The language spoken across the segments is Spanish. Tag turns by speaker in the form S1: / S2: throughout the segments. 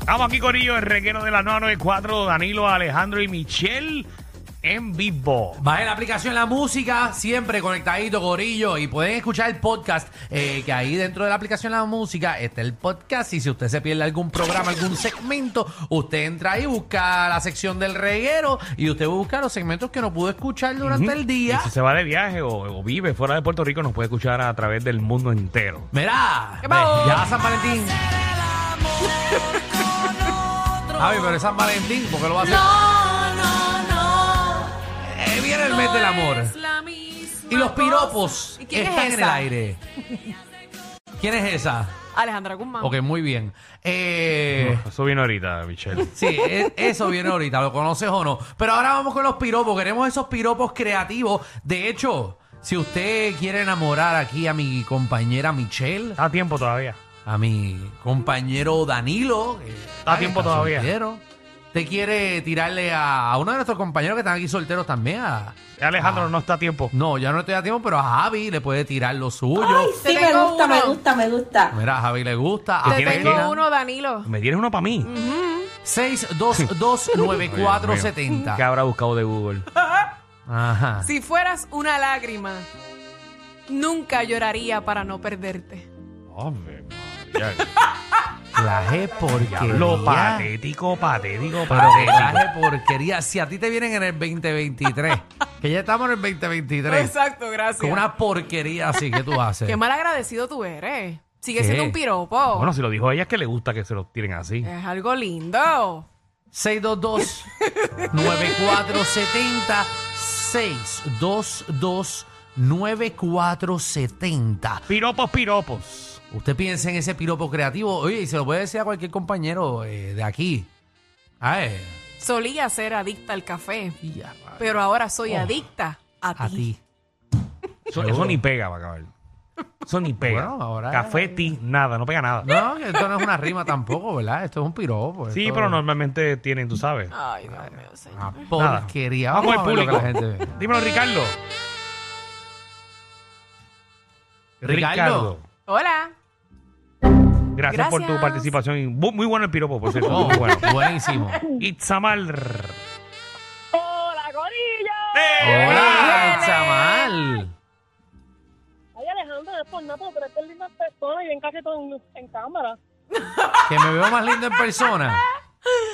S1: Estamos aquí, Corillo, el reguero de la 994, Danilo, Alejandro y Michelle en vivo.
S2: Bajen la aplicación La Música, siempre conectadito, gorillo, y pueden escuchar el podcast, eh, que ahí dentro de la aplicación La Música está el podcast, y si usted se pierde algún programa, algún segmento, usted entra ahí, busca la sección del reguero, y usted busca los segmentos que no pudo escuchar durante el
S1: Y
S2: día.
S1: si se va de viaje o, o vive fuera de Puerto Rico, nos puede escuchar a través del mundo entero.
S2: Mira,
S3: ¿Qué pasó?
S2: ve, ya San Valentín. Javi, pero es San Valentín, porque lo va a hacer?
S3: No, no, no.
S2: Eh, viene el mes del amor.
S3: Es la misma
S2: Y los
S3: cosa.
S2: piropos
S3: ¿Y quién es
S2: están en el
S3: esa?
S2: aire. ¿Quién es esa?
S3: Alejandra Guzmán.
S2: Ok, muy bien. Eh,
S1: Eso viene ahorita, Michelle.
S2: sí, e- eso viene ahorita, lo conoces o no. Pero ahora vamos con los piropos. Queremos esos piropos creativos. De hecho, si usted quiere enamorar aquí a mi compañera Michelle,
S1: Está a tiempo todavía.
S2: a mi compañero Danilo, que
S1: Está a tiempo
S2: está
S1: todavía.
S2: soltero, Usted quiere tirarle a, a uno de nuestros compañeros que están aquí solteros también. A,
S1: Alejandro, no está a tiempo.
S2: no, ya no estoy a tiempo, pero a Javi le puede tirar lo suyo.
S3: Te
S4: Sí, me
S3: tengo
S4: gusta,
S3: uno.
S4: me gusta, me gusta.
S2: Mira, a Javi le gusta.
S1: Te
S2: a
S3: Te
S1: ¿Tienes
S3: tengo
S1: que-
S3: uno, Danilo.
S1: ¿Me tienes uno para mí?
S2: 6229470.
S1: ¿Qué habrá buscado de Google?
S2: Ajá.
S3: Si fueras una lágrima, nunca lloraría para no perderte.
S1: Ave María.
S2: La G porquería.
S1: Lo patético, patético,
S2: Pero que
S1: patético.
S2: la G porquería. Si a ti te vienen en el 2023, que ya estamos en el 2023,
S3: Exacto, gracias.
S2: con una porquería así que tú haces.
S3: Qué mal agradecido tú eres. Sigue
S2: ¿Qué?
S3: siendo un piropo.
S1: Bueno, si lo dijo ella, es que le gusta que se lo tiren así.
S3: Es algo lindo.
S2: 622 9470 622 9470
S1: Piropos, piropos.
S2: Usted piensa en ese piropo creativo. Oye, y se lo puede decir a cualquier compañero eh, de aquí. Ay,
S3: Solía ser adicta al café,
S2: y ya,
S3: pero ahora soy
S2: Oh.
S3: adicta a,
S2: a
S3: ti.
S2: ti.
S1: Eso,
S2: Seguro.
S1: eso ni pega, va a acabar. Eso ni pega.
S2: Bueno, ahora-
S1: Café, ti, nada, no pega nada.
S2: No, que esto no es una rima tampoco, ¿verdad? Esto es un piropo.
S1: Sí,
S2: esto
S1: pero
S2: es
S1: normalmente tienen, tú sabes.
S3: Ay, Dios mío,
S2: Una
S3: señor.
S2: porquería.
S1: Vamos
S2: Vamos,
S1: con
S2: a
S1: el
S2: ver lo que la
S1: público.
S2: gente ve.
S1: Dímelo, Ricardo.
S2: Ricardo.
S3: Hola.
S1: Gracias, por tu
S3: Gracias.
S1: participación. Y bu- Muy bueno el piropo, por cierto.
S2: Oh,
S1: Muy bueno.
S2: Buenísimo.
S1: Itzamal.
S5: ¡Hola, Corillo!
S1: ¡Eh!
S2: Hola, Chamal.
S5: Ay, Alejandro, no es por nada, pero tú eres linda persona y bien cachetón en cámara.
S2: Que me veo más lindo en persona.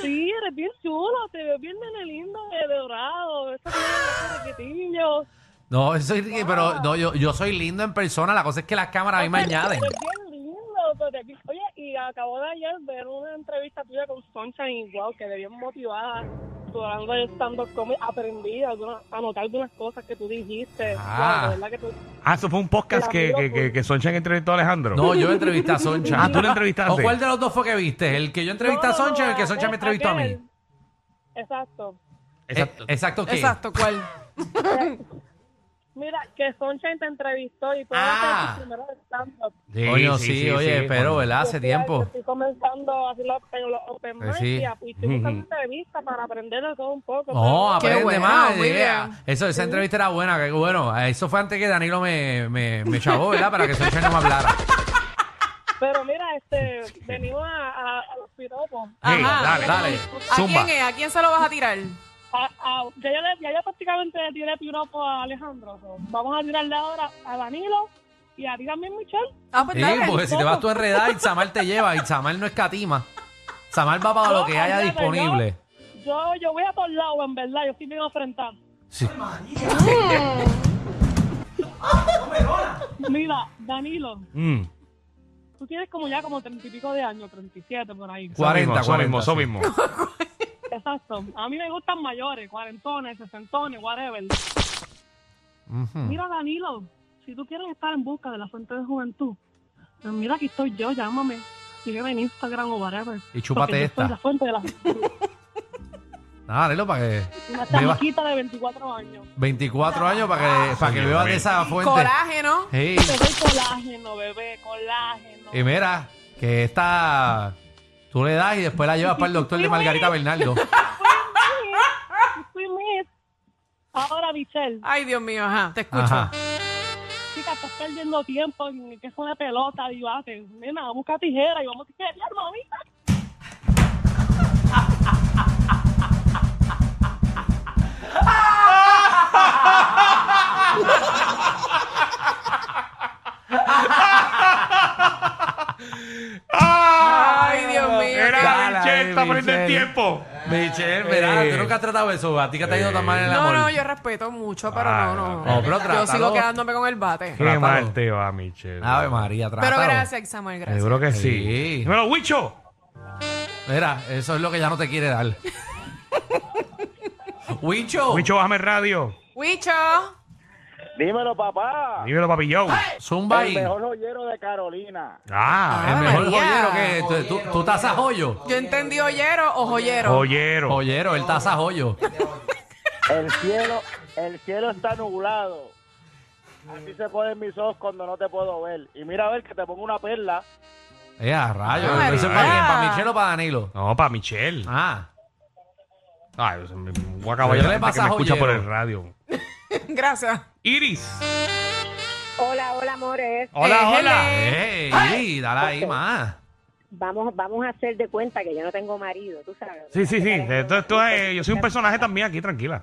S5: Sí, eres bien chulo, te ves bien nene lindo, de dorado, esos requetillos.
S2: No, eso es- pero no, yo, yo soy lindo en persona. La cosa es que las cámaras a mí me añaden.
S5: Eres bien lindo, pero te- Oye, y acabo de ayer ver una entrevista tuya con Soncha y wow, quedé bien motivada. Tú hablando de stand-up comedy, aprendí a alguna- a anotar algunas cosas que tú dijiste.
S2: Ah.
S5: Wow, de verdad que tú...
S1: Ah, eso fue un podcast que, que, que, que Sonchan entrevistó a Alejandro.
S2: No, yo entrevisté a Soncha.
S1: Ah, tú lo entrevistaste.
S2: ¿O cuál de los dos fue que viste? ¿El que yo entrevisté a
S5: No, no,
S2: Soncha o el que Soncha me
S5: aquel-
S2: entrevistó a mí?
S5: aquel. Exacto.
S1: Exacto.
S2: Eh, Exacto, ¿qué?
S3: Exacto, ¿cuál?
S5: Mira, que Soncha te entrevistó y tú
S2: Ah.
S5: ah. tu primero stand-up.
S1: Sí,
S2: Coño,
S1: sí,
S2: sí,
S1: sí,
S2: oye,
S1: sí,
S2: pero, eh,
S1: cuando-
S2: ¿verdad?
S5: Yo
S2: Hace
S5: estoy- yo
S2: tiempo.
S5: Estoy comenzando a hacer los, en los open
S2: Pues
S5: mic
S2: sí.
S5: y a- y estoy
S1: Ujú.
S5: buscando entrevistas para aprender de todo un poco.
S2: No,
S3: Qué
S2: aprende
S3: bueno,
S2: más.
S3: muy
S2: idea.
S3: bien.
S2: Eso, esa entrevista era buena. que bueno, eso fue antes que Danilo me, me, me chavó, ¿verdad? Para que Soncha no me hablara.
S5: pero, pero mira, este, venimos a, a, a los piropos.
S1: Hey,
S3: Ajá.
S1: dale,
S2: Dale.
S3: ¿A
S1: Zumba.
S3: quién es? ¿A quién se lo vas a tirar?
S5: A- a- ya, yo le- ya yo prácticamente le tiré piropo a Alejandro. so, Vamos a tirarle ahora a Danilo y a ti también, Michelle.
S3: Ah, pues
S2: Sí,
S3: dale.
S2: porque si te vas tú a enredar, Itzamar te lleva. Itzamar no es catima. Itzamar va para lo que haya
S5: Yo,
S2: disponible.
S5: Yo, yo voy a todos lados, en verdad. Yo estoy bien enfrentada.
S2: Sí.
S5: Mira, Danilo,
S1: Mm.
S5: tú tienes como ya como treinta y pico de años, treinta y siete por ahí.
S1: Eso mismo,
S2: 40,
S1: eso mismo, eso
S2: 40, sí.
S1: mismo.
S5: Exacto. A mí me gustan mayores, cuarentones, sesentones, whatever.
S2: Ujú.
S5: Mira, Danilo, si tú quieres estar en busca de la fuente de juventud, pues mira, aquí estoy yo, llámame. Sígueme en Instagram o whatever.
S2: Y chúpate
S5: porque yo
S2: esta.
S5: soy la fuente de la juventud.
S2: Ah, Danilo, para que.
S5: Una
S2: Beba.
S5: chamaquita de 24 años.
S2: 24 años
S3: Ah.
S2: para que, para que
S1: Dios
S2: bebas
S1: mío.
S2: de esa fuente.
S3: Colágeno.
S2: Sí.
S5: Te doy colágeno, bebé, colágeno.
S2: Y mira, que esta. Tú le das y después la llevas para el doctor de Margarita Bernardo.
S5: Fui Miss. Ahora, Michelle,
S3: Ay, Dios mío, ajá. Te escucho.
S2: Ajá.
S5: chica, estás perdiendo tiempo ah, en que es una pelota, divate. Nena, busca tijera y vamos a tijerear, mamita.
S1: Ah, está poniendo el
S2: Michelle.
S1: tiempo.
S2: Michelle, mira,
S1: Eh.
S2: tú nunca has tratado eso. A ti que te ha ido tan mal en el
S3: No,
S2: amor.
S3: no, yo respeto mucho, pero
S1: Ah,
S3: no, no.
S2: no, pero
S3: yo
S2: trátalo.
S3: sigo quedándome con el bate.
S1: Qué
S2: Trátalo.
S1: mal te va, Michelle.
S2: Ave María, trátalo.
S3: Pero gracias, Samuel, gracias.
S1: Seguro que sí.
S2: Sí.
S1: Dímelo, Wicho.
S2: Mira, eso es lo que ya no te quiere dar. Wicho,
S1: Wicho, bájame el radio.
S3: Huicho,
S4: Dímelo, papá.
S1: Dímelo, papi Joe.
S2: zumba
S4: El
S2: ahí.
S4: mejor joyero de Carolina.
S1: Ah,
S2: El
S3: Ah,
S2: mejor
S3: María.
S2: joyero que tú- tú, tú tasas joyo.
S3: yo entendí hoyero o joyero.
S1: joyero.
S2: Joyero, él tasa joyo.
S4: El cielo, el cielo está nublado. Así se ponen mis ojos cuando no te puedo ver. Y mira a ver que te pongo una perla.
S2: Eh, a rayos.
S1: Ah,
S2: ¿Eso es
S1: María.
S2: para quién? ¿Para Michelle o para Danilo?
S1: No, para Michelle.
S2: Ah,
S1: Ay, se me voy a acabar
S2: ¿Qué
S1: ya la
S2: le
S1: gente que
S2: pasa,
S1: me escucha por
S2: joyero?
S1: el radio.
S3: Gracias.
S1: Iris.
S6: Hola, hola, amores.
S1: Hola,
S3: Eh,
S1: hola.
S3: hello.
S2: ey, y dale ahí más.
S6: Vamos, vamos a hacer de cuenta que yo no tengo marido, tú sabes.
S1: Sí, sí, sí. Esto, esto es, yo soy un personaje también aquí, tranquila.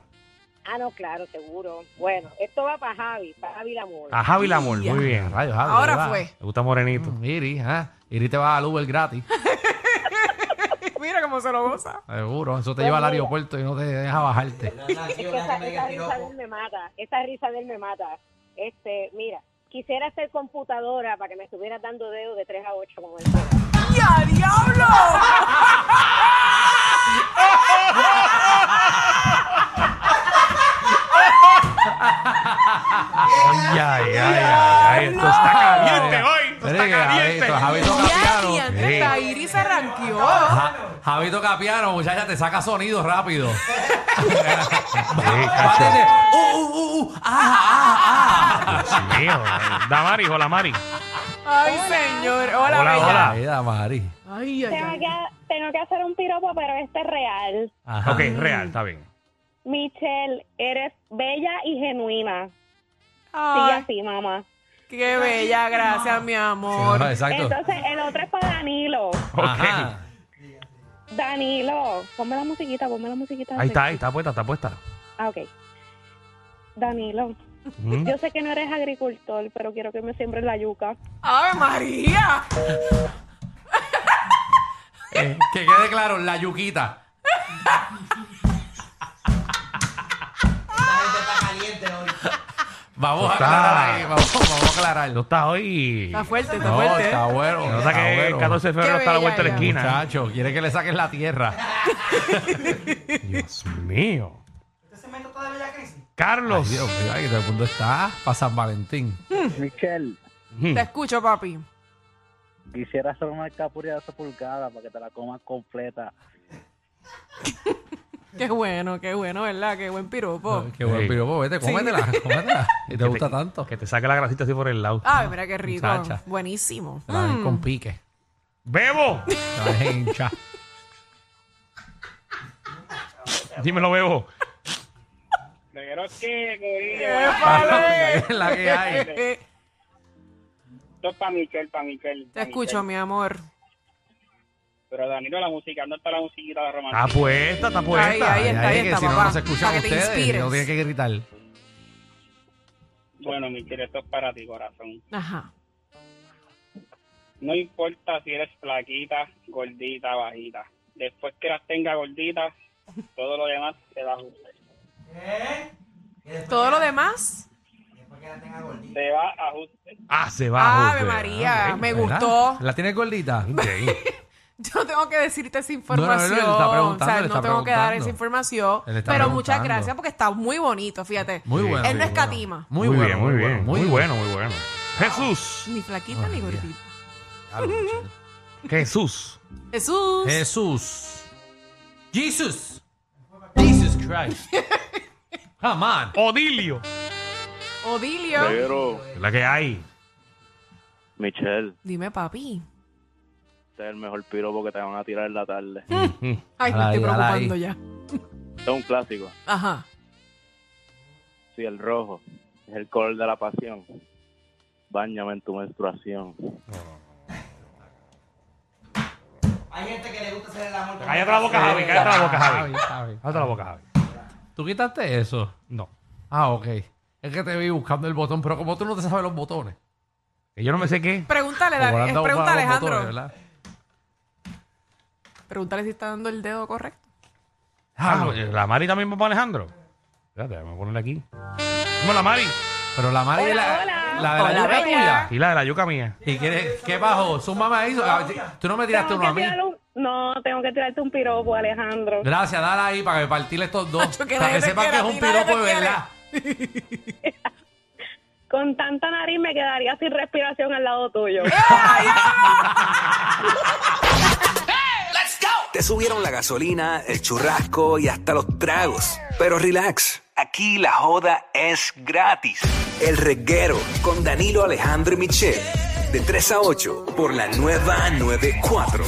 S6: Ah, no, claro, seguro. Bueno, esto va para Javi, para Javi la mula.
S1: A Javi Lamor, muy bien. Me
S2: Rayos, Javi,
S3: Ahora
S2: ¿verdad?
S3: fue.
S1: gusta Morenito.
S2: Mm, Iri, ¿eh? Iri te va al Uber gratis.
S3: Mira cómo se lo goza.
S2: Seguro, eso te lleva al aeropuerto y no te deja bajarte.
S6: Es que esa, esa risa de él me mata, esa risa de él me mata. Este, mira, quisiera ser computadora para que me estuvieras dando dedo de 3 a 8 como el papá.
S3: ¡Ya, diablo!
S1: Ay, ay, ay, ay, ay, Esto está caliente hoy. Esto está
S2: Espere que
S1: caliente.
S2: Javito, Javito
S3: ¡Ya,
S2: Capiano.
S3: diantre! La Iris se ranqueó.
S2: Ja- Javito Capiano, muchacha, te saca sonido rápido.
S1: Sí, cacho.
S2: Párate. Uh, uh, uh, uh. Ah, ah, ah.
S1: Dios mío. Damari, hola Mari.
S3: Ay, señor. Hola,
S1: Hola,
S3: bella.
S1: hola.
S2: Mira, Mari.
S3: Ay, ay,
S6: Tengo
S3: ay.
S6: que, tengo que hacer un piropo, pero este es real.
S2: Ajá.
S1: Ok, real, está bien.
S6: Michelle, eres bella y genuina. Sigue
S3: Ay,
S6: así, mamá.
S3: qué bella, gracias, mi amor.
S2: Ah, Exacto.
S6: Entonces, el otro es para Danilo.
S1: Ok.
S2: Ajá.
S6: Danilo, ponme la musiquita, ponme la musiquita.
S1: Ahí está, ahí está puesta, está puesta.
S6: Ah, ok. Danilo,
S1: Mm.
S6: yo sé que no eres agricultor, pero quiero que me siembres la yuca.
S3: ¡Ave María!
S2: Eh, Que quede claro, la yuquita. Vamos a
S1: Está-
S2: aclarar ahí, vamos, vamos a aclarar.
S1: Tú estás hoy.
S3: Está fuerte, ¿eh? está
S2: No,
S3: fuerte.
S2: está bueno.
S1: Nota
S2: está
S1: que el
S2: bueno.
S1: 14 de febrero
S3: Qué
S1: está a la vuelta de la
S3: bella
S1: esquina.
S2: Muchacho, quiere que le saquen la tierra.
S1: Dios mío. Carlos.
S2: Ay, Dios mío, ay, todo el mundo está para San Valentín.
S4: Michelle,
S1: Mm.
S3: Te escucho, papi.
S4: quisiera hacer una capurria de esa pulgada para que te la comas completa.
S3: Qué bueno, qué bueno, ¿verdad? Qué buen piropo.
S2: Ay, Qué buen
S1: Sí.
S2: piropo, vete, cómetela, cómetela. Y te gusta tanto.
S1: Que te saque la grasita así por el lado.
S3: Ay, mira qué rico.
S2: Muchacha.
S3: Buenísimo.
S2: Te la dejen
S3: Mm.
S2: con pique,
S1: ¡Bebo!
S2: te la dejen hincha.
S1: Dímelo, Bebo.
S4: Pero que, corillo,
S3: ¡Qué padre!
S2: Es la que hay.
S4: esto es para Michelle, para Michelle.
S3: Te escucho, mi amor.
S4: Pero Danilo, la música, no está la musiquita de
S1: Está puesta, está
S3: Ahí,
S1: puesta.
S3: ahí está, ahí
S2: que
S3: está,
S2: si no,
S3: papá.
S2: no se escuchan
S3: Para que te
S2: ustedes. y
S3: inspires.
S2: No tienen que gritar.
S4: Bueno, Michelle, esto es para ti, corazón.
S3: Ajá.
S4: No importa si eres flaquita, gordita, bajita. Después que las tenga gorditas, todo lo demás te da ajuste.
S3: Todo lo demás.
S4: Te va a ajuste.
S1: Ah, se va.
S3: Ave
S1: José.
S3: María, me
S2: Ah, ¿Verdad?
S3: gustó.
S2: ¿La tienes gordita?
S1: Ok.
S3: Yo tengo que decirte esa
S2: no, él
S3: información.
S2: está preguntando,
S3: o sea,
S2: él
S3: no
S2: está
S3: tengo que dar
S2: preguntando.
S3: esa información.
S2: Él
S3: Pero
S2: está
S3: muchas
S2: preguntando.
S3: gracias porque está muy bonito, fíjate.
S2: Muy
S1: Sí.
S2: bueno.
S3: Él no
S2: muy bueno.
S3: escatima.
S1: Muy,
S2: bueno,
S1: bien, muy bien. Muy bueno, muy bueno. Jesús.
S3: Ni flaquita ni
S2: Ay, Dios.
S3: gordita.
S1: Jesús.
S3: Jesús.
S2: Jesús. Jesus. Jesus Christ. Come
S3: Ah,
S2: on.
S1: Odilio.
S3: Odilio.
S7: Pero,
S1: La que hay.
S7: Michelle,
S3: Dime, papi.
S7: este es el mejor piropo que te van a tirar en la tarde.
S1: Mm.
S3: Ay, me
S2: Ala
S3: estoy
S2: ahí, ala ahí.
S3: preocupando ya.
S7: Este es un clásico.
S3: Ajá.
S7: Sí, el rojo. Es el color de la pasión. Báñame en tu menstruación.
S1: Cállate la boca, Javi. Cállate la boca, Javi.
S2: Javi, Javi.
S1: Cállate la boca, Javi.
S2: ¿Tú quitaste eso?
S1: No.
S2: Ah, ok. Es que te vi buscando el botón, pero como tú no te sabes los botones.
S1: Que Yo no me sé qué.
S3: Pregúntale, Dani-
S2: Como le han
S3: eh,
S2: dado para
S3: Pregunta a
S2: los
S3: Alejandro.
S2: botones, ¿verdad?
S3: Pregúntale si está dando el dedo correcto.
S1: Ah, la Mari también va para Alejandro. Espérate, vamos a ponerle aquí. ¿Cómo la Mari?
S2: Pero la madre de la, la de la
S3: Hola,
S2: yuca
S3: bella.
S2: tuya.
S1: Y la de la yuca mía.
S2: ¿Y qué, qué bajó? Su mamá hizo. Ah, Tú no me tiraste uno a mí.
S6: no, tengo que tirarte un piropo, Alejandro.
S2: Gracias, dale ahí para que partirle estos dos.
S3: Nacho, que
S2: para
S3: nadie
S2: que
S3: te
S2: sepan que es
S3: quiera,
S2: un
S3: a ti nadie te
S2: piropo de
S3: quiere.
S2: verdad.
S6: Con tanta nariz me quedaría sin respiración al lado tuyo.
S8: Te subieron la gasolina, el churrasco y hasta los tragos. Pero relax, aquí la joda es gratis. El reguero con Danilo Alejandro y Michel. De 3 a 8 por la nueva 94.